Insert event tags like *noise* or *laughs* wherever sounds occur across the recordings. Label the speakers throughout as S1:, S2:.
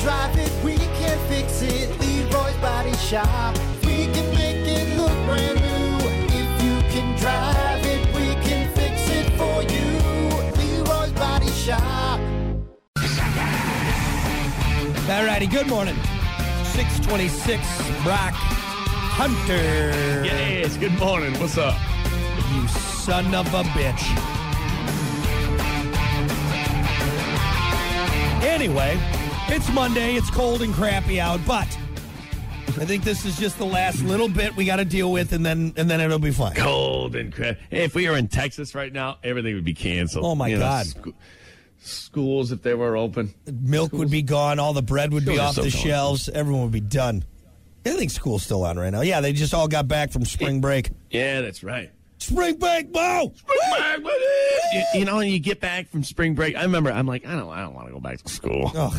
S1: drive it, we can fix it. Leroy's Body Shop. We can make it look brand new. If you can drive it, we can fix it for you. Leroy's Body Shop.
S2: All righty, good morning. 626 Brock Hunter.
S3: Yes, good morning. What's up?
S2: You son of a bitch. Anyway, it's Monday, it's cold and crappy out, but I think this is just the last little bit we got to deal with and then and then it'll be fine.
S3: Cold and crap. Hey, if we were in Texas right now, everything would be canceled.
S2: Oh, my
S3: You know,
S2: God.
S3: sc- schools, if they were open.
S2: Milk would be gone, all the bread would be
S3: Sure,
S2: off
S3: so
S2: the
S3: gone.
S2: shelves, everyone would be done. I think school's still on right now. Yeah, they just all got back from spring break.
S3: Yeah, that's right.
S2: Spring break, Bo!
S3: You, you know, and you get back from spring break. I remember, I'm like, I don't, I don't want to go back to school.
S2: Ugh.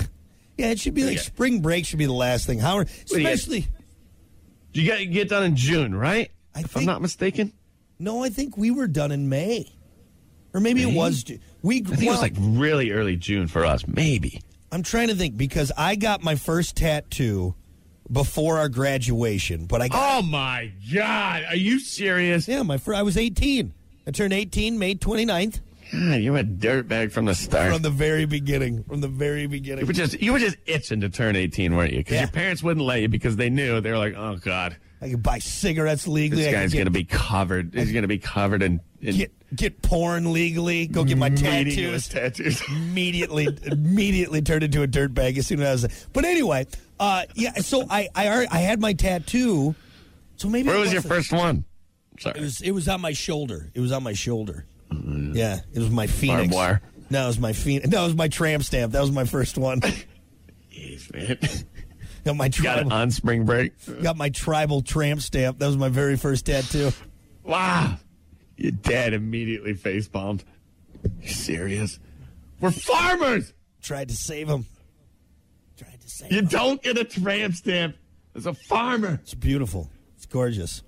S2: Yeah, it should be like
S3: Yeah.
S2: spring break should be the last thing. Howard,
S3: do you-
S2: especially.
S3: You got you get done in June, right?
S2: I
S3: if
S2: think-
S3: I'm not mistaken,
S2: No, I think we were done in May, or maybe it
S3: May?
S2: was. Ju- We.
S3: I think
S2: well,
S3: it was like really early June for us. Maybe.
S2: I'm trying to think because I got my first tattoo before our graduation, but I got
S3: Oh my God, are you serious?
S2: yeah, my fir- I was 18. I turned 18 May 29th
S3: God, you're a dirtbag from the start.
S2: from the very beginning. From the very
S3: You
S2: beginning.
S3: were just you were just itching to turn 18, weren't you? Because
S2: Yeah.
S3: your parents wouldn't let you because they knew they were like, oh God,
S2: I could buy cigarettes legally.
S3: this
S2: I could
S3: guy's
S2: get,
S3: gonna be covered. He's gonna be covered in, in
S2: get get porn legally. Go get my tattoos.
S3: meaningless tattoos.
S2: immediately immediately turned into a dirt bag as soon as I was. But anyway, uh, yeah. So I I, alre- I had my tattoo. So maybe
S3: Where
S2: it
S3: was your
S2: wasn't-
S3: first one? Sorry,
S2: It was it was on my shoulder. It was on my shoulder. Yeah, it was my phoenix.
S3: Mm-hmm. Barbed wire.
S2: No, it was my phoenix. No, it was my tramp stamp. That was my first
S3: *laughs*
S2: one.
S3: Jeez, man. *laughs*
S2: Got my
S3: got it
S2: tribal,
S3: on spring break.
S2: got my tribal tramp stamp. That was my very first tattoo.
S3: Wow, your dad immediately face bombed. You serious? We're farmers.
S2: Tried to save him. Tried to save.
S3: You
S2: him.
S3: don't get a tramp stamp as a farmer.
S2: It's beautiful. It's
S3: *laughs*
S2: gorgeous.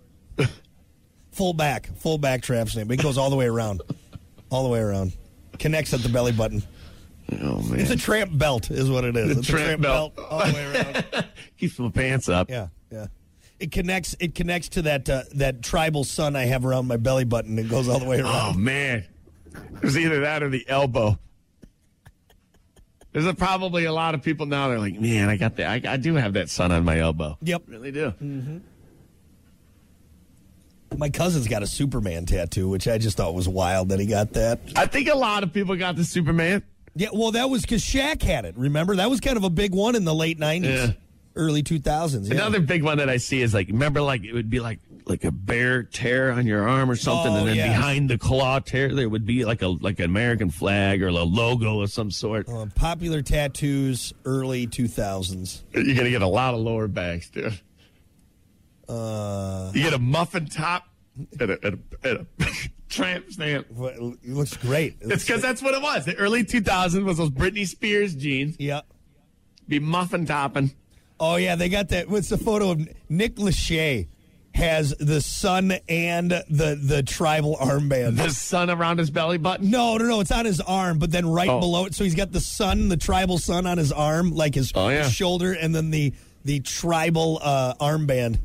S2: full back, full back tramp stamp. It goes all the way around, all the way around. Connects at the belly button.
S3: Oh man,
S2: It's a tramp belt, is what it is.
S3: The
S2: it's a
S3: tramp
S2: tramp belt.
S3: belt.
S2: all the way
S3: *laughs*
S2: around.
S3: keeps my pants up.
S2: yeah, yeah. It connects. It connects to that uh, that tribal sun I have around my belly button. It goes all the way around.
S3: Oh man, it was either that or the elbow. There's a, probably a lot of people now. They're like, man, I got that. I, I do have that sun on my elbow.
S2: Yep. Mm-hmm.
S3: really do. Oh.
S2: My cousin's got a Superman tattoo, which I just thought was wild that he got that.
S3: I think a lot of people got the Superman.
S2: Yeah, well, that was because Shaq had it. Remember, that was kind of a big one in the late nineties,
S3: Yeah.
S2: early two thousands. Yeah.
S3: Another big one that I see is like, remember, like it would be like like a bear tear on your arm or something,
S2: Oh,
S3: and then
S2: yes.
S3: behind the claw tear there would be like a like an American flag or a logo of some sort.
S2: Um, popular tattoos, early 2000s.
S3: You're gonna get a lot of lower backs, dude. Uh, you get a muffin top and a, and a, and a *laughs* tramp stamp.
S2: But it looks *laughs* great. It
S3: It's
S2: looks-
S3: because that's what it was. The early 2000s was those Britney Spears jeans,
S2: yeah.
S3: be muffin topping.
S2: Oh, yeah, they got that. What's the photo of Nick Lachey has the sun and the, the tribal armband.
S3: The sun around his belly button.
S2: no, no, no. It's on his arm, but then right
S3: Oh.
S2: below it. So he's got the sun, the tribal sun on his arm, like his,
S3: Oh, yeah.
S2: his shoulder, and then the, the tribal uh, armband.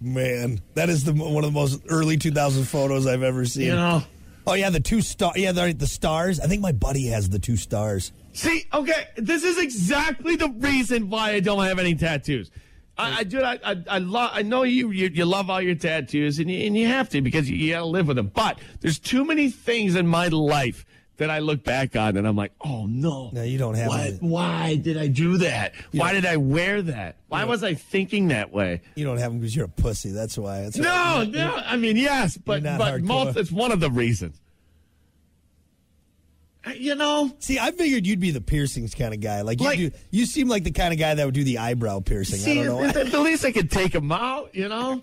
S2: Man, that is the one of the most early 2000 photos I've ever seen.
S3: You know.
S2: Oh yeah, the two star. Yeah, the, the stars. I think my buddy has the two stars.
S3: See, okay, this is exactly the reason why I don't have any tattoos. I, I dude, I, I, I love. I know you, you, you love all your tattoos, and you, and you have to because you, you gotta live with them. But there's too many things in my life that I look back on, and I'm like, oh no,
S2: No, you don't have
S3: What?
S2: them.
S3: Why did I do that? Why did I wear that? Why was I thinking that way?
S2: You don't have them because you're a pussy. That's why. That's
S3: No, no. I mean, yes, but
S2: You're not
S3: but
S2: hardcore.
S3: most, it's one of the reasons. Uh, You know,
S2: See, I figured you'd be the piercings kind of guy. Like you,
S3: Like-
S2: do, you seem like the kind of guy that would do the eyebrow piercing. I
S3: see,
S2: don't know.
S3: at, at least I could take them out.
S2: *laughs*
S3: You know.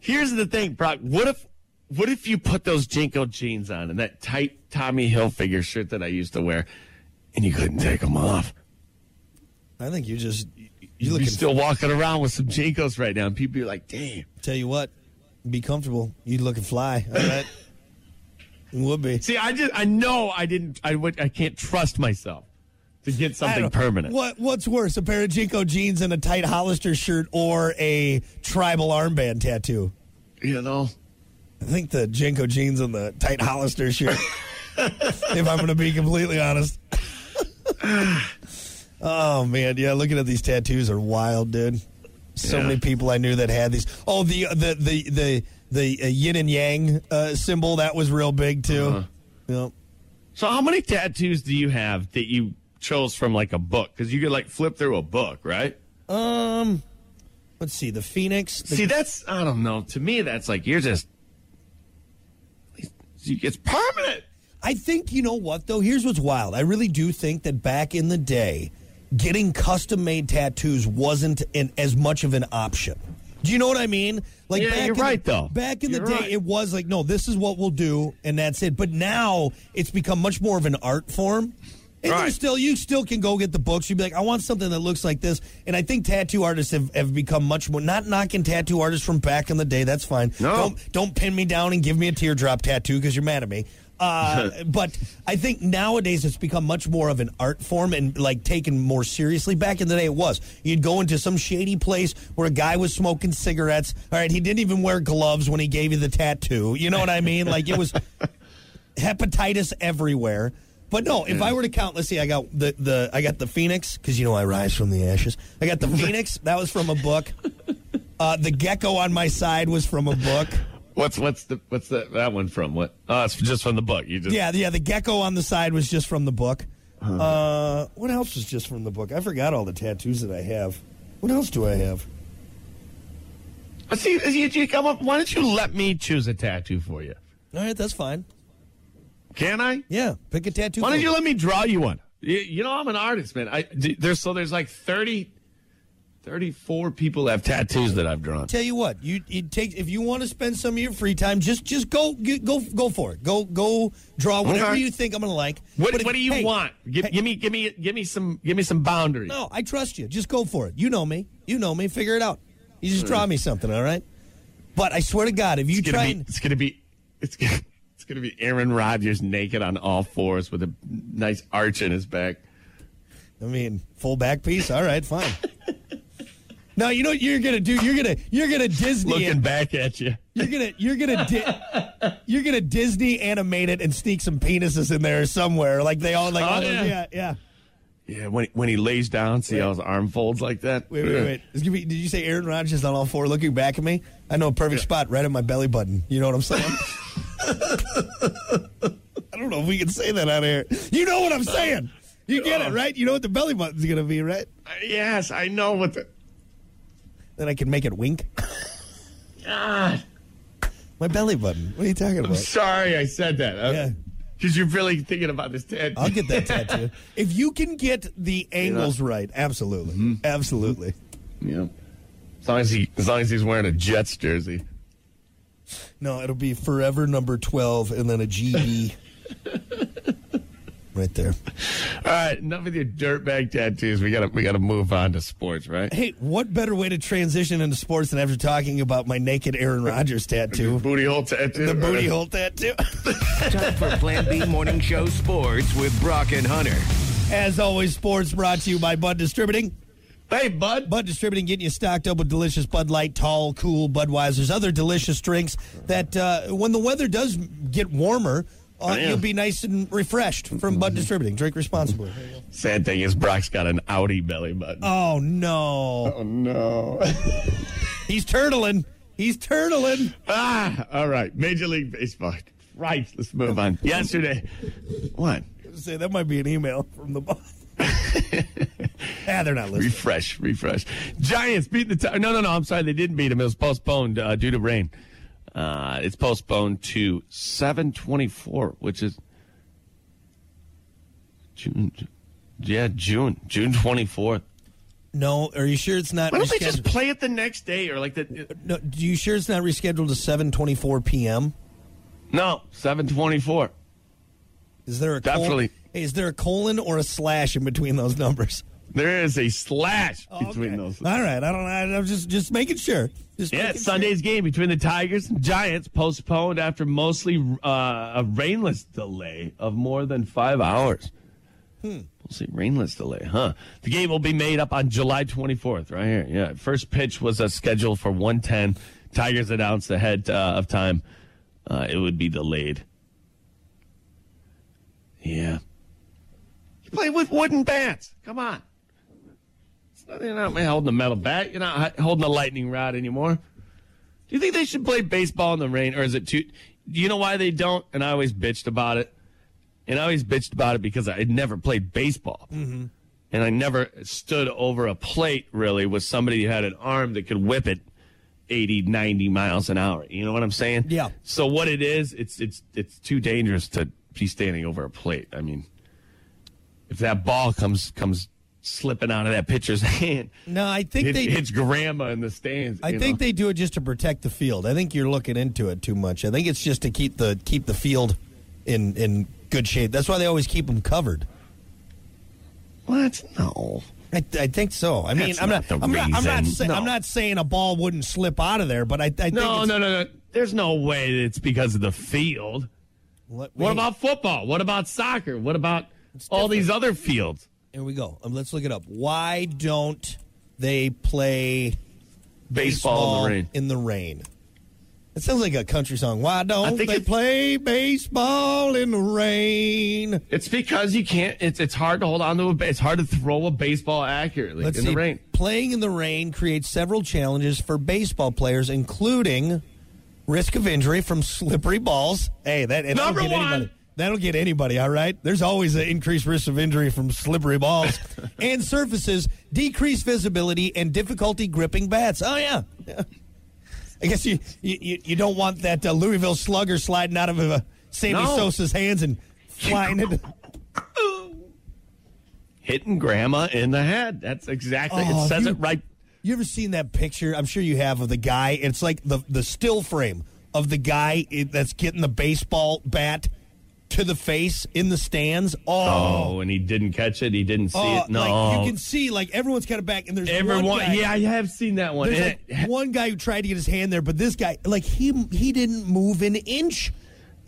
S3: Here's the thing, Brock. What if what if you put those Jinko jeans on and that tight Tommy Hilfiger shirt that I used to wear, and you couldn't take them off?
S2: I think you just you
S3: You'd be
S2: looking.
S3: still walking around with some Jinkos right now, and people be like, "Damn."
S2: tell you what, be comfortable. You'd looking fly. All
S3: *laughs*
S2: right. would be.
S3: See, I just I know I didn't I would I can't trust myself to get
S2: I
S3: something
S2: don't know.
S3: permanent.
S2: What What's worse, a pair of Jinko jeans and a tight Hollister shirt, or a tribal armband tattoo?
S3: You know?
S2: I think the Jinko jeans and the tight Hollister shirt. if I'm going to be completely honest. oh man, yeah. Looking at these tattoos are wild, dude. So
S3: Yeah.
S2: many people I knew that had these. Oh, the the the the the uh, yin and yang uh, symbol that was real big too. Yep.
S3: So how many tattoos do you have that you chose from like a book? Because you could like flip through a book, right?
S2: Let's see the phoenix. The
S3: See, that's I don't know. To me, that's like you're just it's permanent.
S2: I think you know what though. Here's what's wild. I really do think that back in the day, getting custom made tattoos wasn't an, as much of an option. Do you know what I mean? Like
S3: Yeah,
S2: back
S3: you're
S2: in the-
S3: right, though.
S2: Back in
S3: You're
S2: the day,
S3: right.
S2: it was like, no, this is what we'll do, and that's it. But now it's become much more of an art form. And
S3: Right.
S2: there's still, you still can go get the books. You'd be like, I want something that looks like this. And I think tattoo artists have, have become much more. Not knocking tattoo artists from back in the day. That's fine.
S3: No.
S2: Don't don't pin me down and give me a teardrop tattoo because you're mad at me. Uh, but I think nowadays it's become much more of an art form and like taken more seriously. Back in the day, it was you'd go into some shady place where a guy was smoking cigarettes. All right, he didn't even wear gloves when he gave you the tattoo. You know what I mean? Like it was hepatitis everywhere. But no, if I were to count, let's see, I got the, the I got the phoenix because you know I rise from the ashes. I got the phoenix that was from a book. Uh, the gecko on my side was from a book.
S3: What's what's the what's that that one from? What? Oh, it's just from the book. You just
S2: Yeah, yeah. The gecko on the side was just from the book. Uh, what else was just from the book? I forgot all the tattoos that I have. What else do I have?
S3: Uh, See, you, you come up. Why don't you let me choose a tattoo for you?
S2: All right, that's fine.
S3: Can I?
S2: Yeah, pick a tattoo.
S3: Why don't
S2: for
S3: you
S2: me.
S3: let me draw you one? You, you know, I'm an artist, man. I d- there's so there's like 30, 34 people that have tattoos that I've drawn.
S2: Tell you what, you it takes if you want to spend some of your free time, just just go g- go go for it. Go go draw whatever
S3: Okay.
S2: you think I'm gonna like.
S3: What,
S2: But if-
S3: what do you
S2: hey,
S3: want? Give,
S2: hey,
S3: give me give me give me some give me some boundaries.
S2: No, I trust you. Just go for it. You know me. You know me. Figure it out. You just draw me something, all right? But I swear to God, if you
S3: Hmm. it's
S2: try
S3: gonna be
S2: and
S3: it's gonna be it's gonna, *laughs* it's gonna be Aaron Rodgers naked on all fours with a nice arch in his back.
S2: I mean, full back piece. All right, fine. no, you know what you're gonna do? You're gonna you're gonna Disney.
S3: Looking
S2: it.
S3: back at you.
S2: You're gonna you're gonna di- you're gonna Disney animate it and sneak some penises in there somewhere. Like they all like
S3: Oh,
S2: all those-
S3: yeah.
S2: yeah yeah.
S3: Yeah, when when he lays down, see how his arm folds like that.
S2: Wait, wait, wait. It's gonna be, did you say Aaron Rodgers on all four looking back at me? I know a perfect spot right at my belly button. You know what I'm
S3: *laughs*
S2: saying? I don't know if we can say that out here. You know what I'm saying. You get it, right? You know what the belly button's going to be, right?
S3: Uh, Yes, I know what the
S2: Then I can make it wink. My belly button. What are you talking
S3: I'm
S2: about?
S3: sorry I said
S2: Yeah.
S3: that. Because you're really thinking about this tattoo.
S2: I'll get that tattoo. *laughs* If you can get the angles right, absolutely. Absolutely.
S3: Yeah. As long as he as long as he's wearing a Jets jersey.
S2: No, it'll be forever number 12 and then a GB. *laughs* right there.
S3: All right, enough with your dirtbag tattoos. We gotta we gotta move on to sports, right?
S2: Hey, what better way to transition into sports than after talking about my naked Aaron Rodgers *laughs* tattoo?
S3: Booty hole tattoo.
S2: the booty hole tattoo.
S4: Time for Plan B Morning Show Sports with Brock and Hunter.
S2: As always, sports brought to you by Bud Distributing.
S3: Hey, bud.
S2: Bud Distributing getting you stocked up with delicious Bud Light, Tall, Cool, Budweiser's, other delicious drinks that uh, when the weather does get warmer, uh,
S3: yeah.
S2: you'll be nice and refreshed from
S3: Mm-hmm.
S2: Bud Distributing. Drink responsibly.
S3: Sad thing is Brock's got an Audi belly button.
S2: Oh, no.
S3: oh no.
S2: *laughs* He's turtling. He's turtling.
S3: ah, all right. Major League Baseball. Right, let's move on. Yesterday. What?
S2: Say, that might be an email from the boss.
S3: *laughs*
S2: ah, they're not listening.
S3: Refresh, refresh. Giants beat the. Ti- no, no, no. I'm sorry, they didn't beat them. It was postponed uh, due to rain. Uh, it's postponed to 7:24, which is June. Yeah, June, June 24th.
S2: No, are you sure it's not?
S3: Why don't they just
S2: rescheduled?
S3: play it the next day or like the?
S2: No, do you sure it's not rescheduled to seven twenty four p.m.?
S3: No, 7:24.
S2: Is there a col-
S3: Definitely.
S2: Hey, is there a colon or a slash in between those numbers?
S3: There is a slash *laughs* between
S2: Okay.
S3: those.
S2: All right, I don't. I, I'm just just making sure. Just
S3: Yeah,
S2: making
S3: Sunday's game between the Tigers and Giants postponed after mostly uh, a rainless delay of more than five hours. We'll see. Rainless delay, huh? The game will be made up on July 24th, right here. Yeah. First pitch was uh, scheduled for 110. Tigers announced ahead uh, of time uh, it would be delayed. Yeah. You play with wooden bats. Come on. It's not, you're not holding a metal bat. You're not h- holding a lightning rod anymore. Do you think they should play baseball in the rain, or is it too? Do you know why they don't? And I always bitched about it. And I always bitched about it because I had never played baseball. And I never stood over a plate, really, with somebody who had an arm that could whip it 80, 90 miles an hour. You know what I'm saying?
S2: Yeah.
S3: So what it is, it's it's it's too dangerous to be standing over a plate. I mean, if that ball comes comes slipping out of that pitcher's *laughs* hand,
S2: No, I think
S3: it
S2: they.
S3: hits grandma in the stands.
S2: I
S3: you
S2: think
S3: know?
S2: they do it just to protect the field. I think you're looking into it too much. I think it's just to keep the keep the field in in good shape. That's why they always keep them covered.
S3: what? No.
S2: I, I think so. I mean,
S3: That's
S2: I'm not.
S3: not the
S2: I'm not, I'm, not
S3: reason.
S2: say, I'm
S3: No.
S2: not saying a ball wouldn't slip out of there, but I, I think
S3: No,
S2: it's,
S3: no, no, no. There's no way that it's because of the field.
S2: Let-
S3: What
S2: hey,
S3: about football? What about soccer? What about all these other fields?
S2: Here we go. Um, let's look it up. Why don't they play
S3: Baseball, in the rain.
S2: in the rain? It sounds like a country song. Why don't
S3: think
S2: they
S3: it-
S2: play baseball in the rain?
S3: It's because you can't. It's it's hard to hold on to a. ba- It's hard to throw a baseball accurately
S2: Let's
S3: in
S2: see.
S3: the rain.
S2: Playing in the rain creates several challenges for baseball players, including risk of injury from slippery balls. Hey, that and that'll
S3: Number
S2: get
S3: one.
S2: anybody. That'll get anybody, all right? There's always an increased risk of injury from slippery
S3: *laughs*
S2: balls and surfaces, decreased visibility, and difficulty gripping bats. Oh, yeah. Yeah. I guess you, you, you- you don't want that uh, Louisville slugger sliding out of uh, Sammy
S3: No.
S2: Sosa's hands and flying
S3: *laughs*
S2: into.
S3: Hitting grandma in the head. That's exactly.
S2: Oh,
S3: it says
S2: you-
S3: it right.
S2: You ever seen that picture? I'm sure you have of the guy. It's like the the still frame of the guy i- that's getting the baseball bat to the face in the stands. Oh,
S3: Oh, and he didn't catch it. He didn't see
S2: oh,
S3: it. No,
S2: like you can see like everyone's kind of back, and there's One
S3: everyone.
S2: guy,
S3: Yeah, I have seen that one.
S2: there's
S3: And *laughs*
S2: like one guy who tried to get his hand there, but this guy, like he he didn't move an inch.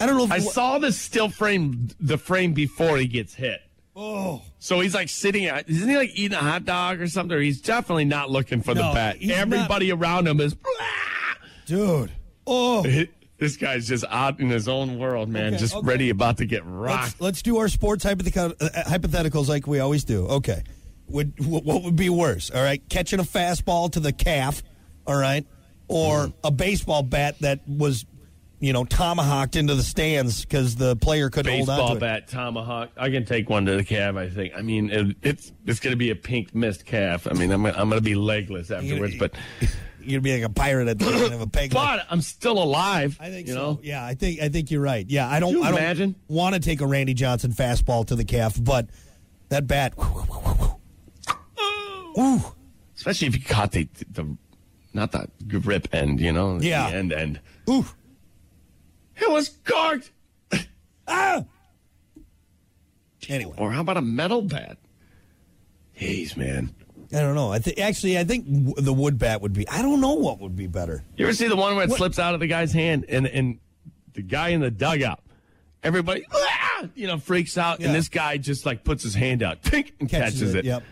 S2: I don't know. if
S3: I
S2: wha-
S3: saw the still frame, the frame before he gets hit. Oh, so he's like sitting. Isn't he like eating a hot dog or something? Or he's definitely not looking for
S2: No,
S3: the bat.
S2: he's
S3: Everybody around him is.
S2: dude. Oh,
S3: *laughs* This guy's just out in his own world, man.
S2: Okay,
S3: just
S2: okay.
S3: ready, about to get rocked.
S2: Let's, let's do our sports hypothetical, uh, hypotheticals like we always do. Okay. Would wh- what would be worse? All right, catching a fastball to the calf, all right, or
S3: Mm-hmm.
S2: a baseball bat that was, you know, tomahawked into the stands because the player couldn't hold
S3: Baseball
S2: on to it.
S3: bat, tomahawk. I can take one to the calf. I think. I mean, it, it's it's going to be a pink mist calf. I mean, I'm gonna- I'm going to be legless afterwards,
S2: *laughs*
S3: but
S2: You'd be like a pirate at the end of a peg. leg.
S3: but I'm still alive.
S2: I think
S3: you
S2: so.
S3: know?
S2: Yeah, I think I think you're right. Yeah, I don't.
S3: you
S2: I don't
S3: imagine?
S2: want to take a Randy Johnson fastball to the calf, but that bat. Ooh.
S3: especially if you caught the the not the grip end, you know,
S2: Yeah.
S3: the end end.
S2: Ooh.
S3: It was corked.
S2: Anyway.
S3: Or how about a metal bat? Jeez, man.
S2: I don't know. I th- actually, I think w- the wood bat would be. I don't know what would be better.
S3: You ever see the one where it
S2: What?
S3: slips out of the guy's hand and and the guy in the dugout, everybody, "Ah!" you know, freaks out,
S2: Yeah.
S3: and this guy just like puts his hand out, tink, and catches, it.
S2: Yep.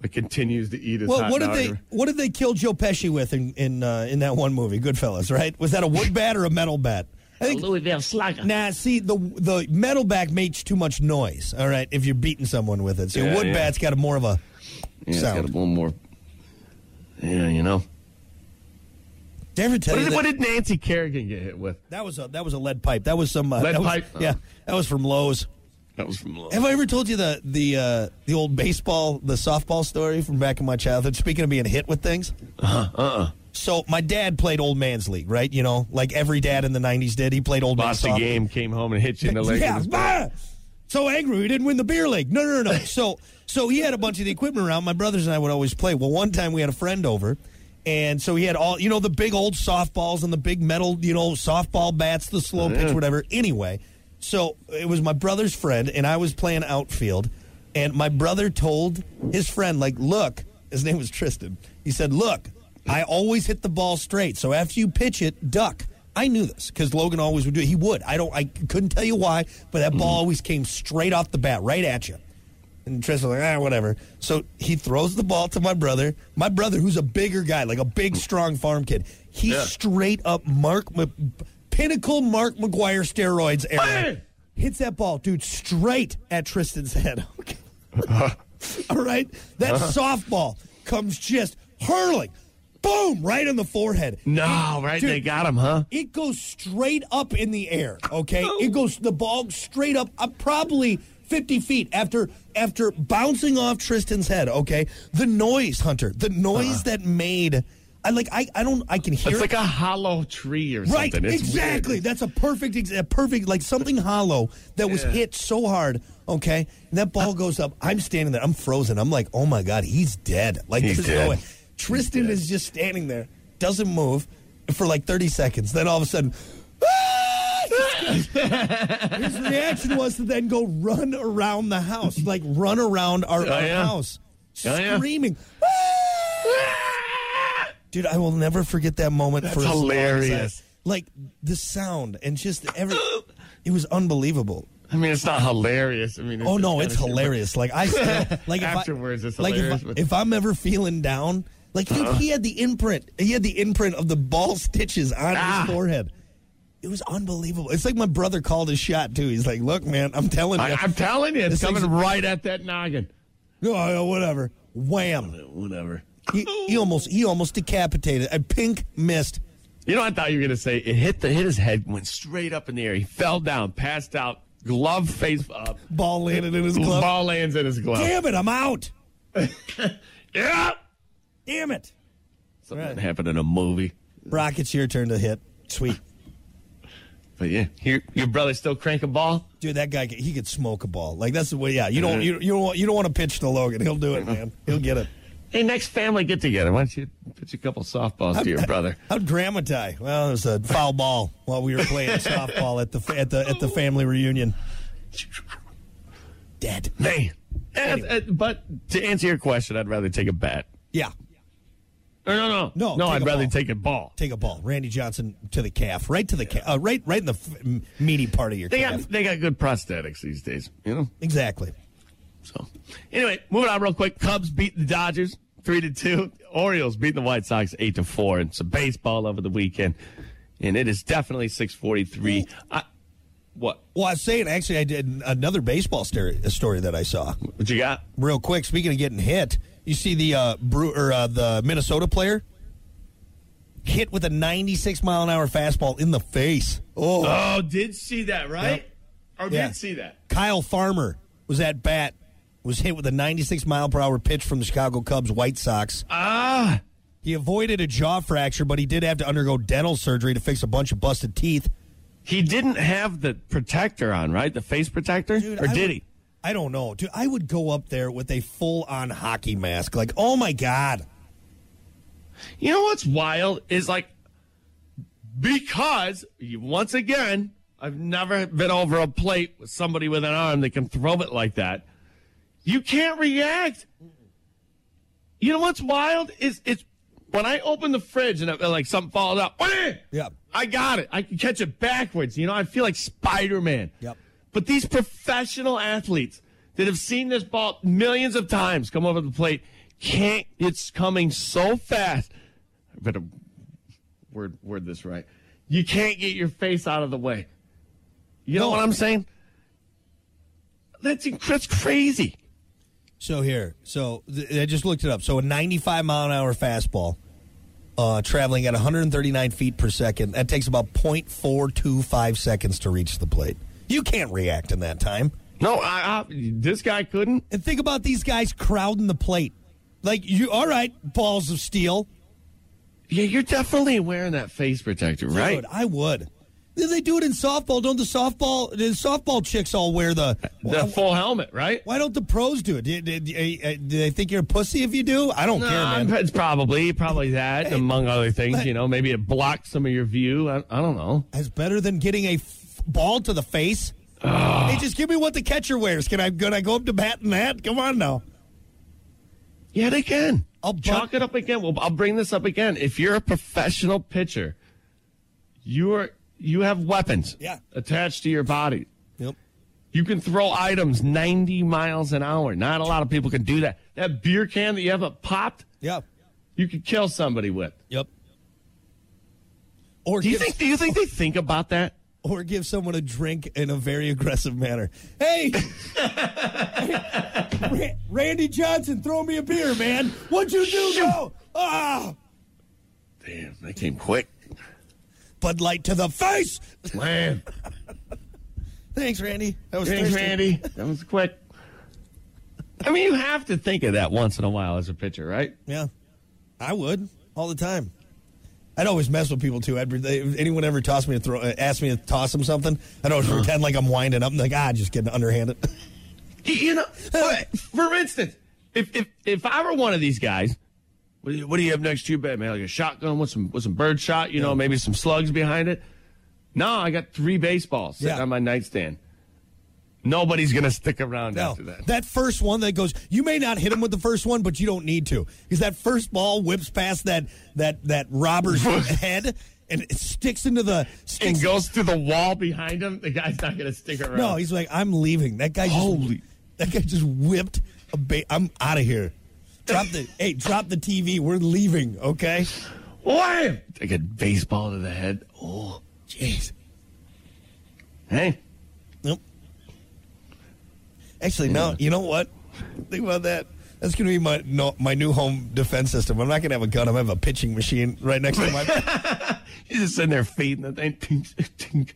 S3: But continues to eat his
S2: Well,
S3: hot
S2: what did
S3: dog.
S2: they what did they kill Joe Pesci with in in uh, in that one movie, Goodfellas? Right? Was that a wood bat or a metal bat? I think.
S3: Louisville Slugger.
S2: Nah, see the the metal bat makes too much noise. All right, if you're beating someone with it, so
S3: Yeah,
S2: wood
S3: yeah.
S2: bat's got a more of a
S3: yeah, it's got a
S2: sound.
S3: little more. Yeah, you know.
S2: Did I ever tell
S3: What
S2: you
S3: did,
S2: that,
S3: what did Nancy Kerrigan get hit with?
S2: that was a that was a lead pipe. That was some uh,
S3: Lead
S2: that was-
S3: pipe?
S2: Yeah, that was from Lowe's.
S3: That was from. Lowe.
S2: Have I ever told you the the uh, the old baseball, the softball story from back in my childhood? Speaking of being hit with things, uh-uh.
S3: Uh-huh.
S2: So my dad played old man's league, right? You know, like every dad in the '90s did. He played old
S3: Lost the
S2: man's softball.
S3: game, came home and hit
S2: *laughs*
S3: you in the leg.
S2: Yeah,
S3: with his bat.
S2: bah! so angry we didn't win the beer league. No, no,
S3: *laughs*
S2: no, no. so so he had a bunch of the equipment around. My brothers and I would always play. Well, one time we had a friend over, and so he had all you know the big old softballs and the big metal you know softball bats, the slow pitch, whatever. Anyway, so it was my brother's friend, and I was playing outfield, and my brother told his friend like, "Look, his name was Tristan. He said, "Look, I always hit the ball straight. So after you pitch it, duck." I knew this because Logan
S3: Mm-hmm.
S2: always would do it. He would. I don't. I couldn't tell you why, but that ball always came straight off the bat, right at you. And Tristan was like, ah, whatever. So he throws the ball to my brother. My brother, who's a bigger guy, like a big, strong farm kid, he
S3: Yeah.
S2: straight up Mark Ma- pinnacle Mark McGuire steroids era
S3: Hey!
S2: hits that ball, dude, straight at Tristan's head. *laughs* Okay. *laughs* All right, that
S3: Uh-huh.
S2: softball comes just hurling, boom, right on the forehead.
S3: No, right?
S2: Dude.
S3: They got him, huh?
S2: It goes straight up in the air. Okay, it goes the ball straight up, uh, probably fifty feet after after bouncing off Tristan's head. Okay, the noise, Hunter, the noise that made, I like, I I don't, I can hear.
S3: It's
S2: it.
S3: Uh-huh. like a hollow tree or
S2: Right,
S3: something. It's
S2: exactly.
S3: weird.
S2: That's a perfect, ex- a perfect, like something hollow that was hit so hard. Okay, and that ball goes up. I'm standing there. I'm frozen. I'm like, oh my god, he's dead. Like
S3: He's
S2: there's
S3: dead.
S2: no way. Tristan is just standing there, doesn't move for like 30 seconds. Then all of a sudden. *laughs* "Ah!" His reaction was to then go run around the house, like run around our, our
S3: Oh, yeah.
S2: house,
S3: Yeah, yeah.
S2: screaming. "Ah!" Dude, I will never forget that moment. for as long as I-
S3: hilarious.
S2: like the sound and just every, it was unbelievable.
S3: I mean, it's not hilarious. I mean,
S2: Oh no,
S3: kinda
S2: it's
S3: stupid.
S2: hilarious. Like I
S3: *laughs*
S2: still, like if I-
S3: Afterwards, it's
S2: like
S3: hilarious, Uh-huh.
S2: if, I,
S3: but-
S2: if I'm ever feeling down, like dude, he had the imprint. He had the imprint of the ball *laughs* stitches on
S3: Ah.
S2: his forehead. It was unbelievable. It's like my brother called his shot too. He's like, "Look, man, I'm telling you,
S3: I, I'm telling you, it's
S2: This
S3: coming
S2: thing's-
S3: right at that noggin.
S2: no, Oh, whatever." Wham!
S3: Whatever.
S2: He, he almost he almost decapitated. A pink mist.
S3: You know, I thought you were gonna say it hit the hit his head, went straight up in the air. He fell down, passed out, glove face up,
S2: Ball landed in his glove.
S3: ball lands in his glove.
S2: Damn it! I'm out.
S3: Yeah,
S2: Damn it.
S3: something that happened in a movie.
S2: Brock, it's your turn to hit. Sweet.
S3: But yeah, your your brother still cranking ball.
S2: Dude, that guy, could- he could smoke a ball. Like that's the way. Yeah, you don't, you, you don't, want, you don't want to pitch to Logan. He'll do it, man. He'll get it.
S3: Hey, next family get together. Why don't you pitch a couple softballs to your brother?
S2: How'd Grandma die? Well, it was a foul ball while we were playing softball at the fa- at the at the family reunion. Dead.
S3: Man, And- and- but to answer your question, I'd rather take a bat.
S2: Yeah,
S3: Or no, no,
S2: No,
S3: no.
S2: take
S3: I'd
S2: a
S3: rather
S2: ball.
S3: take a ball.
S2: take a ball. Randy Johnson to the calf, right to the calf, uh, right, right in the f- m- meaty part of your
S3: They
S2: calf.
S3: got they got good prosthetics these days, you know.
S2: exactly.
S3: So anyway, moving on real quick. Cubs beat the Dodgers three to two. Orioles beat the White Sox eight to four. And some baseball over the weekend, and it is definitely six forty three. What
S2: Well, I was saying actually, I did another baseball story, story that I saw.
S3: what you got?
S2: real quick. Speaking of getting hit, you see the uh, Brew or uh, the Minnesota player hit with a 96 mile an hour fastball in the face. Oh,
S3: Oh, did see that right? Or
S2: Yeah.
S3: did see that?
S2: Kyle Farmer was at bat, was hit with a 96 mile per hour pitch from the Chicago Cubs White Sox.
S3: Ah,
S2: He avoided a jaw fracture, but he did have to undergo dental surgery to fix a bunch of busted teeth.
S3: he didn't have the protector on, right? The face protector, or
S2: I
S3: did
S2: would-
S3: he?
S2: I don't know, dude. I would go up there with a full on hockey mask, like, oh my god.
S3: You know what's wild is like because once again, I've never been over a plate with somebody with an arm that can throw it like that. You can't react. You know what's wild is it's when I open the fridge and I, like something falls out. *clears throat* wham!
S2: Yep.
S3: I got it. I can catch it backwards. You know, I feel like Spider Man.
S2: Yep.
S3: But these professional athletes that have seen this ball millions of times come over the plate can't. It's coming so fast. I better word word this right. You can't get your face out of the way. You know
S2: No.
S3: what I'm saying? That's that's crazy.
S2: So here, so th- I just looked it up. So a 95 mile an hour fastball, uh, traveling at 139 feet per second. That takes about 0.425 seconds to reach the plate. You can't react in that time.
S3: No, I, I, this guy couldn't.
S2: And think about these guys crowding the plate. Like you, all right, balls of steel.
S3: Yeah, you're definitely wearing that face protector, right?
S2: Dude, I would. Then They do it in softball. Don't the softball the softball chicks all wear the?
S3: the full helmet, right?
S2: Why don't the pros do it? Do, do- do- do they think you're a pussy if you do? I don't care,
S3: Nah,
S2: man.
S3: Uh, It's probably probably that among other things.
S2: but-
S3: you know, maybe it blocks some of your view. I, I don't know.
S2: That's better than getting a f- ball to the face. Hey, just give me what the catcher wears. Can I can I go up to bat in that? Come on now.
S3: Yet again,
S2: I'll
S3: I'll
S2: bu-
S3: chalk it up again. Well, I'll bring this up again. If you're a professional pitcher, you are you have weapons
S2: Yeah.
S3: attached to your body.
S2: Yep.
S3: You can throw items 90 miles an hour. Not a lot of people can do that. That beer can that you haven't popped,
S2: Yeah.
S3: you could kill somebody with.
S2: Yep. Or
S3: Do you
S2: give-
S3: think? Do you think they think about that?
S2: or give someone a drink in a very aggressive manner.
S3: *laughs*
S2: Hey, Ra- Randy Johnson, throw me a beer, man. What'd you do? No. Ah,
S3: Damn, that came quick.
S2: Bud Light to the face.
S3: Man,
S2: Thanks, Randy. That was
S3: thanks,
S2: thirsty.
S3: Randy. That was quick. I mean, you have to think of that once in a while as a pitcher, right?
S2: Yeah, I would all the time. I'd always mess with people too. I'd, they- if anyone ever toss me to throw, uh, ask me to toss them something, I'd always pretend like I'm winding up. and like ah, just getting
S3: *laughs*
S2: underhanded.
S3: You- You know, for- for instance, if if if I were one of these guys, what do you, what do you have next to your bed, man? Like a shotgun with some with some bird shot, you know, maybe some slugs behind it. No, I got three baseballs sitting
S2: Yeah.
S3: on my nightstand. Nobody's gonna stick around
S2: No,
S3: after that.
S2: that first one that goes, you may not hit him with the first one, but you don't need to because that first ball whips past that that that
S3: *laughs*
S2: robber's head and it sticks into the
S3: and
S2: sticks.
S3: goes to the wall behind him. The guy's not gonna stick around.
S2: no, he's like, I'm leaving. That guy just
S3: Holy-
S2: that guy just whipped a bait. I'm out of here. Drop the hey, drop the TV. We're leaving. Okay.
S3: Wham! Take a baseball to the head. Oh,
S2: Jeez.
S3: hey,
S2: Nope. Actually, no. You know what? Think about that. That's going to be my no, my new home defense system. I'm not going to have a gun. I'm going to have a pitching machine right next to my.
S3: he's just sitting there feeding the thing. Tink, tink,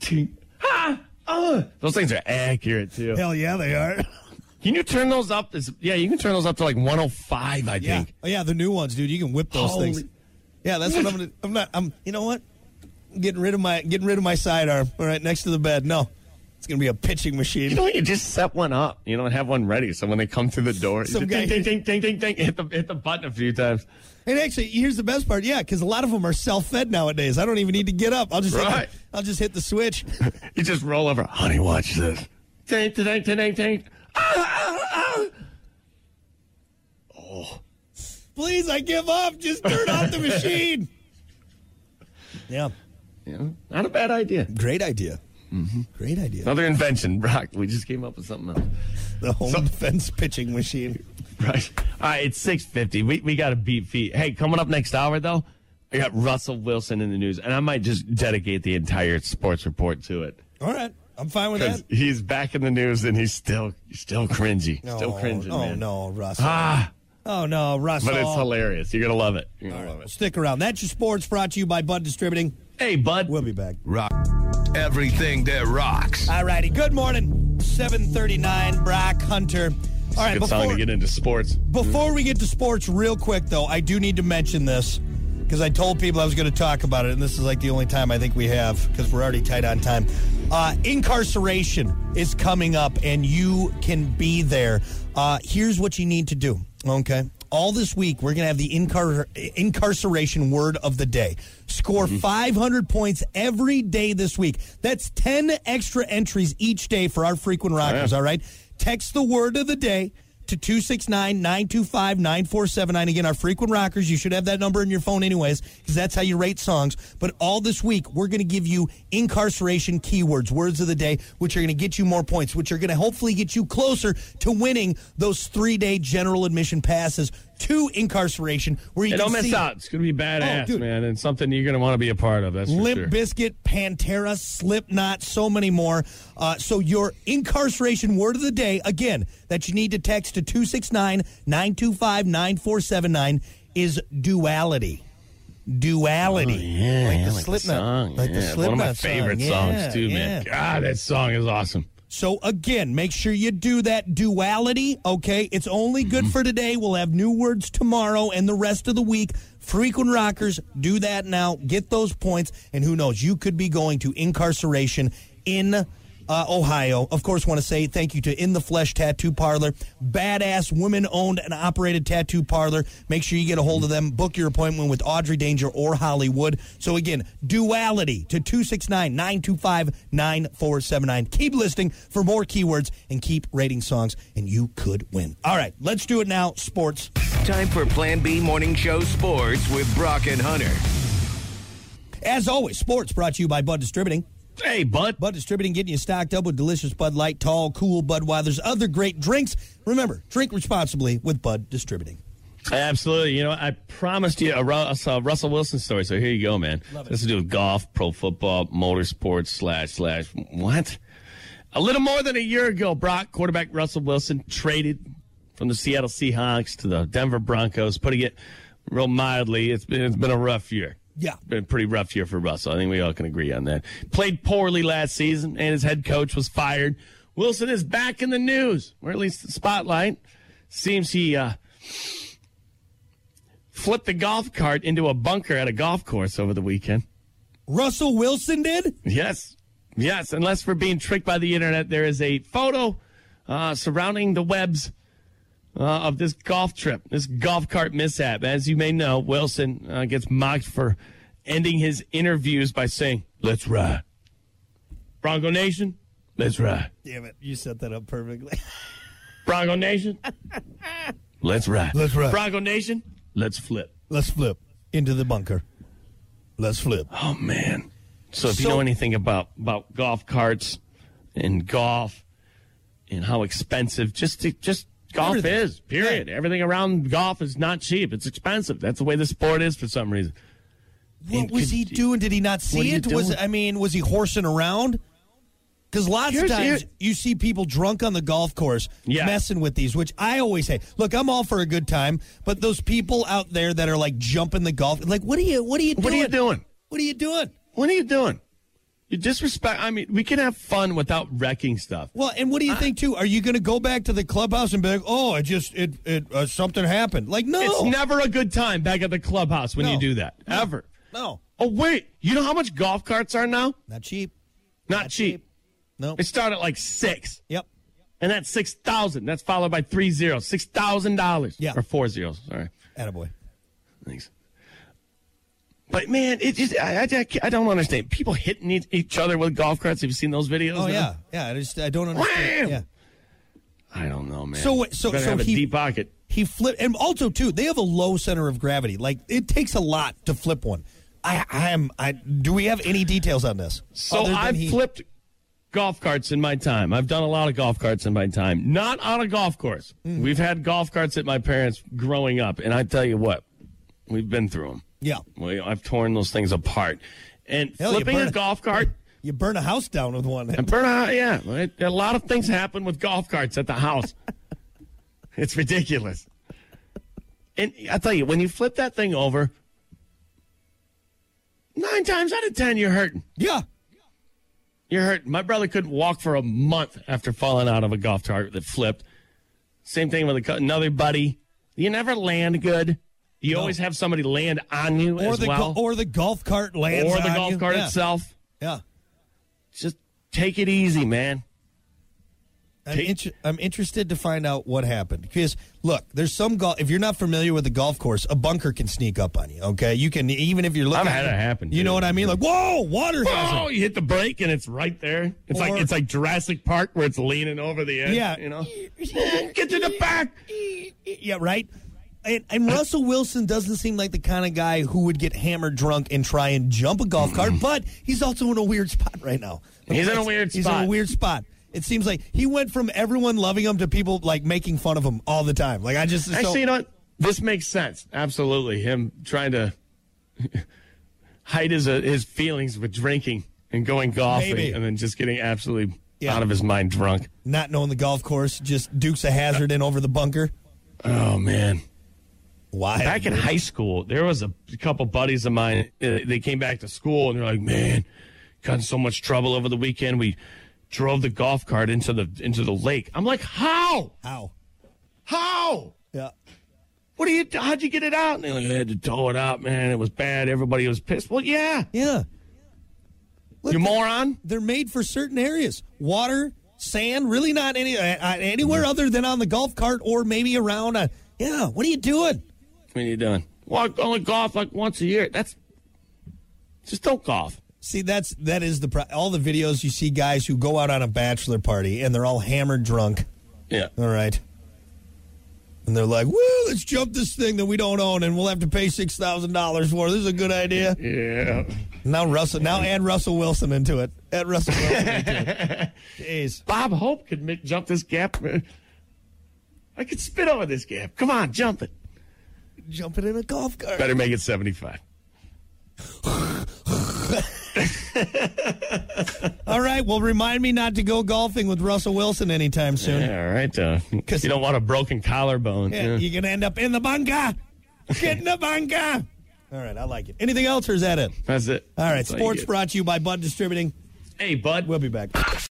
S3: tink. Ha! Oh, those things are accurate too.
S2: *laughs* Hell yeah, they are.
S3: Can you turn those up? Is- yeah, you can turn those up to like 105, I
S2: Yeah.
S3: think.
S2: Oh, yeah, the new ones, dude. You can whip those
S3: Holy-
S2: things. Yeah, that's what I'm gonna I'm not I'm you know what? I'm getting rid of my getting rid of my sidearm. All right, next to the bed. No. It's gonna be a pitching *laughs*
S3: You
S2: machine.
S3: know, you just set one up, you know, and have one ready. So when they come through the door,
S2: Some
S3: ding,
S2: guy-
S3: ding, ding, ding, ding, ding, hit the hit the button a few times.
S2: And actually, here's the best part. Yeah, because a lot of them are self-fed nowadays. I don't even need to get up. I'll just
S3: Right.
S2: hit the, I'll just hit the switch.
S3: You just roll over. Honey, watch this. Ding, ding, ding, ding, ding. Ah, ah, ah.
S2: Please, I give up. Just turn off the machine. *laughs* Yeah,
S3: You know, not a bad idea.
S2: great idea. Great idea.
S3: Another invention, *laughs* Brock. We just came up with something else.
S2: The home
S3: So-
S2: defense pitching machine.
S3: *laughs* Right. All right, it's 650. We, we got to beat feet. Hey, coming up next hour, though, I got Russell Wilson in the news, and I might just dedicate the entire sports report to it.
S2: All right, I'm fine with that.
S3: Because he's back in the news and he's still still cringy. still
S2: Oh,
S3: cringing,
S2: Oh
S3: man.
S2: no, Russell.
S3: Ah,
S2: Oh no, Russell.
S3: but it's hilarious. You're going to love it. You're going to love it.
S2: Stick around. That's your sports brought to you by Bud Distributing.
S3: Hey, bud.
S2: We'll be back.
S4: Rock. Everything that rocks.
S2: All righty. Good morning. 739, Brock Hunter. All right,
S3: Good song to
S2: before,
S3: get into sports.
S2: before we get to sports real quick, though, I do need to mention this because I told people I was going to talk about it, and this is like the only time I think we have because we're already tight on time. Uh, incarceration is coming up, and you can be there. Uh, here's what you need to do, okay? All this week, we're going to have the incar- incarceration word of the day. Score 500 points every day this week. That's 10 extra entries each day for our frequent rockers, all right? Text the word of the day to 269 925 9479. Again, our frequent rockers, you should have that number in your phone, anyways, because that's how you rate songs. But all this week, we're going to give you incarceration keywords, words of the day, which are going to get you more points, which are going to hopefully get you closer to winning those three day general admission passes to incarceration, where you
S3: Hey,
S2: can
S3: don't miss
S2: see Oh,
S3: out. It's going to be badass,
S2: dude.
S3: man, and something you're going to want to be a part of. That's for
S2: Limp
S3: sure.
S2: Biscuit, Pantera, Slipknot, so many more. Uh, so your incarceration word of the day, again, that you need to text to 269-925-9479 is duality. Duality.
S3: Oh,
S2: like the Slipknot.
S3: song,
S2: like the
S3: yeah.
S2: Slipknot
S3: One of my
S2: song.
S3: favorite
S2: Yeah,
S3: songs too, man.
S2: yeah.
S3: God, that song is awesome.
S2: So again, make sure you do that duality, okay? It's only good for today. We'll have new words tomorrow and the rest of the week. Frequent rockers, do that now. Get those points, and who knows, you could be going to incarceration in uh, Ohio. Of course, want to say thank you to In the Flesh Tattoo Parlor, badass women-owned and operated tattoo parlor. Make sure you get a hold of them. Book your appointment with Audrey Danger or Hollywood. So again, duality to 269-925-9479. Keep listing for more keywords and keep rating songs and you could win. All right, let's do it now. Sports.
S4: Time for Plan B Morning Show Sports with Brock and Hunter.
S2: As always, sports brought to you by Bud Distributing.
S3: Hey, bud.
S2: Bud Distributing getting you stocked up with delicious Bud Light, Tall, Cool, Budweiser's, other great drinks. Remember, drink responsibly with Bud Distributing.
S3: Absolutely. You know, I promised you a, Ru- a Russell Wilson story, so here you go, man. This is to do with golf, pro football, motorsports, slash, slash, what? A little more than a year ago, Brock, quarterback Russell Wilson, traded from the Seattle Seahawks to the Denver Broncos, putting it real mildly. It's been, it's been a rough year.
S2: Yeah.
S3: Been a pretty rough year for Russell. I think we all can agree on that. Played poorly last season, and his head coach was fired. Wilson is back in the news, or at least the spotlight. Seems he, uh, flipped the golf cart into a bunker at a golf course over the weekend.
S2: Russell Wilson did?
S3: Yes. Yes. Unless we're being tricked by the internet, there is a photo uh, surrounding the webs uh, of this golf trip, this golf cart mishap. As you may know, Wilson uh, gets mocked for ending his interviews by saying, Let's ride. Bronco Nation, let's ride.
S2: Damn it, you set that up perfectly.
S3: Bronco Nation, *laughs* let's ride.
S2: Let's ride.
S3: Bronco Nation, let's flip.
S2: Let's flip into the bunker. Let's flip.
S3: Oh man! So if you
S2: So-
S3: know anything about about golf carts and golf and how expensive just to, just golf
S2: Everything.
S3: is, period. Everything around golf is not cheap. It's expensive. That's the way the sport is for some reason.
S2: What
S3: And
S2: was
S3: could-
S2: he doing? Did he not
S3: What are
S2: see
S3: you
S2: it? Was
S3: doing?
S2: I mean, was he horsing around? Because lots
S3: Here's-
S2: of times
S3: here-
S2: you see people drunk on the golf course
S3: Yeah.
S2: messing with these, which I always say, look, I'm all for a good time, but those people out there that are like jumping the golf, like, what are you, what are you doing?
S3: What are you doing?
S2: What are you doing?
S3: What are you doing? You disrespect. I mean, we can have fun without wrecking stuff.
S2: Well, and what do you think too? Are you going to go back to the clubhouse and be like, oh, I just it it uh, something happened? Like, no,
S3: It's never a good time back at the clubhouse when
S2: No.
S3: you do that ever.
S2: no,
S3: Oh wait, you know how much golf carts are now?
S2: not cheap.
S3: Not, cheap.
S2: No.
S3: They start at like six.
S2: Yep.
S3: And that's six thousand. That's followed by three zeros. Six thousand dollars.
S2: Yeah.
S3: Or four zeros. Sorry.
S2: Attaboy.
S3: Thanks. But man, it just I, I, I can't- I don't understand. People hitting each- each other with golf carts. Have you seen those videos?
S2: Oh
S3: now?
S2: yeah, yeah. I just I don't
S3: Wham!
S2: understand. Yeah.
S3: I don't know, man.
S2: So what- so-
S3: Better
S2: so
S3: have a
S2: he-
S3: deep pocket.
S2: He flipped, and also too, they have a low center of gravity. Like it takes a lot to flip one. I, I am. I do we have any details on this?
S3: So
S2: Other than
S3: I've
S2: he-
S3: flipped golf carts in my time. I've done a lot of golf carts in my time. Not on a golf course.
S2: Hmm.
S3: We've had golf carts at my parents growing up, and I tell you what, we've been through them.
S2: Yeah.
S3: Well, I've torn those things apart. And
S2: Hell, you
S3: flipping
S2: burn
S3: a
S2: it.
S3: golf cart.
S2: You burn a house down with one.
S3: And burn out, yeah. Right? A lot of things happen with golf carts at
S2: *laughs*
S3: the house. it's ridiculous. And I tell you, when you flip that thing over, nine times out of ten, you're hurting.
S2: Yeah.
S3: You're hurting. My brother couldn't walk for a month after falling out of a golf cart that flipped. Same thing with a, co- another buddy. You never land good. You always have somebody land on you
S2: Or
S3: as
S2: the go-
S3: well,
S2: or the golf cart lands
S3: Or the
S2: on
S3: golf
S2: you.
S3: cart
S2: yeah.
S3: itself.
S2: Yeah.
S3: Just take it easy, man.
S2: I'm,
S3: Take-
S2: inter- I'm interested to find out what happened because look, there's some golf. If you're not familiar with the golf course, a bunker can sneak up on you. Okay, you can even if you're looking.
S3: I've had it happen,
S2: You know
S3: dude.
S2: what I mean? Like, whoa, water hazard.
S3: Oh, you hit the brake and it's right there. It's
S2: Or-
S3: like it's like Jurassic Park where it's leaning over the edge.
S2: Yeah.
S3: you know, get to the back.
S2: Yeah, right. And, and Russell Wilson doesn't seem like the kind of guy who would get hammered drunk and try and jump a golf cart, but he's also in a weird *laughs* spot right now.
S3: He's in a weird
S2: He's in
S3: spot.
S2: a weird spot. It seems like he went from everyone loving him to people like making fun of him all the time. Like I just
S3: Actually,
S2: so,
S3: you know what? This makes sense. Absolutely, him trying to *laughs* hide his uh, his feelings with drinking and going golfing,
S2: Maybe.
S3: and then just getting absolutely
S2: Yeah.
S3: out of his mind drunk.
S2: not knowing the golf course, just Dukes a hazard in over the bunker.
S3: Oh man.
S2: Why?
S3: back in high school, there was a couple buddies of mine. Uh, they came back to school and they're like, "Man, got in so much trouble over the weekend. We drove the golf cart into the into the lake." I'm like, "How?
S2: How?
S3: How?
S2: Yeah.
S3: What do you? How'd you get it out?" And they're like, "I had to tow it out, man. It was bad. Everybody was pissed." Well, yeah,
S2: Yeah. Look, they're-
S3: you moron.
S2: They're made for certain areas. Water, sand, really not any uh, uh, anywhere other than on the golf cart or maybe around a Yeah, what are you doing?
S3: What are you doing? Well, I only golf like once a year. That's just don't golf.
S2: See, that's that is the pro- all the videos you see guys who go out on a bachelor party and they're all hammered drunk.
S3: Yeah.
S2: All right. And they're like, "Woo, let's jump this thing that we don't own and we'll have to pay $6,000 for. This is a good idea."
S3: Yeah.
S2: Now Russell. Now add Russell Wilson into it. Add Russell Wilson
S3: *laughs*
S2: into it. Jeez.
S3: Bob Hope could mi- jump this gap. I could spit over this gap. Come on, jump it.
S2: Jumping in a golf cart.
S3: Better make it 75.
S2: All right. Well, remind me not to go golfing with Russell Wilson anytime soon.
S3: Yeah, all right. Uh, you don't want a broken collarbone.
S2: Yeah,
S3: Yeah.
S2: You're going to end up in the bunker. Get in the bunker. All right. I like it. Anything else, or is that it?
S3: *laughs* That's it.
S2: All right.
S3: That's all you
S2: sports
S3: get.
S2: brought to you by Bud Distributing.
S3: Hey, bud.
S2: We'll be back.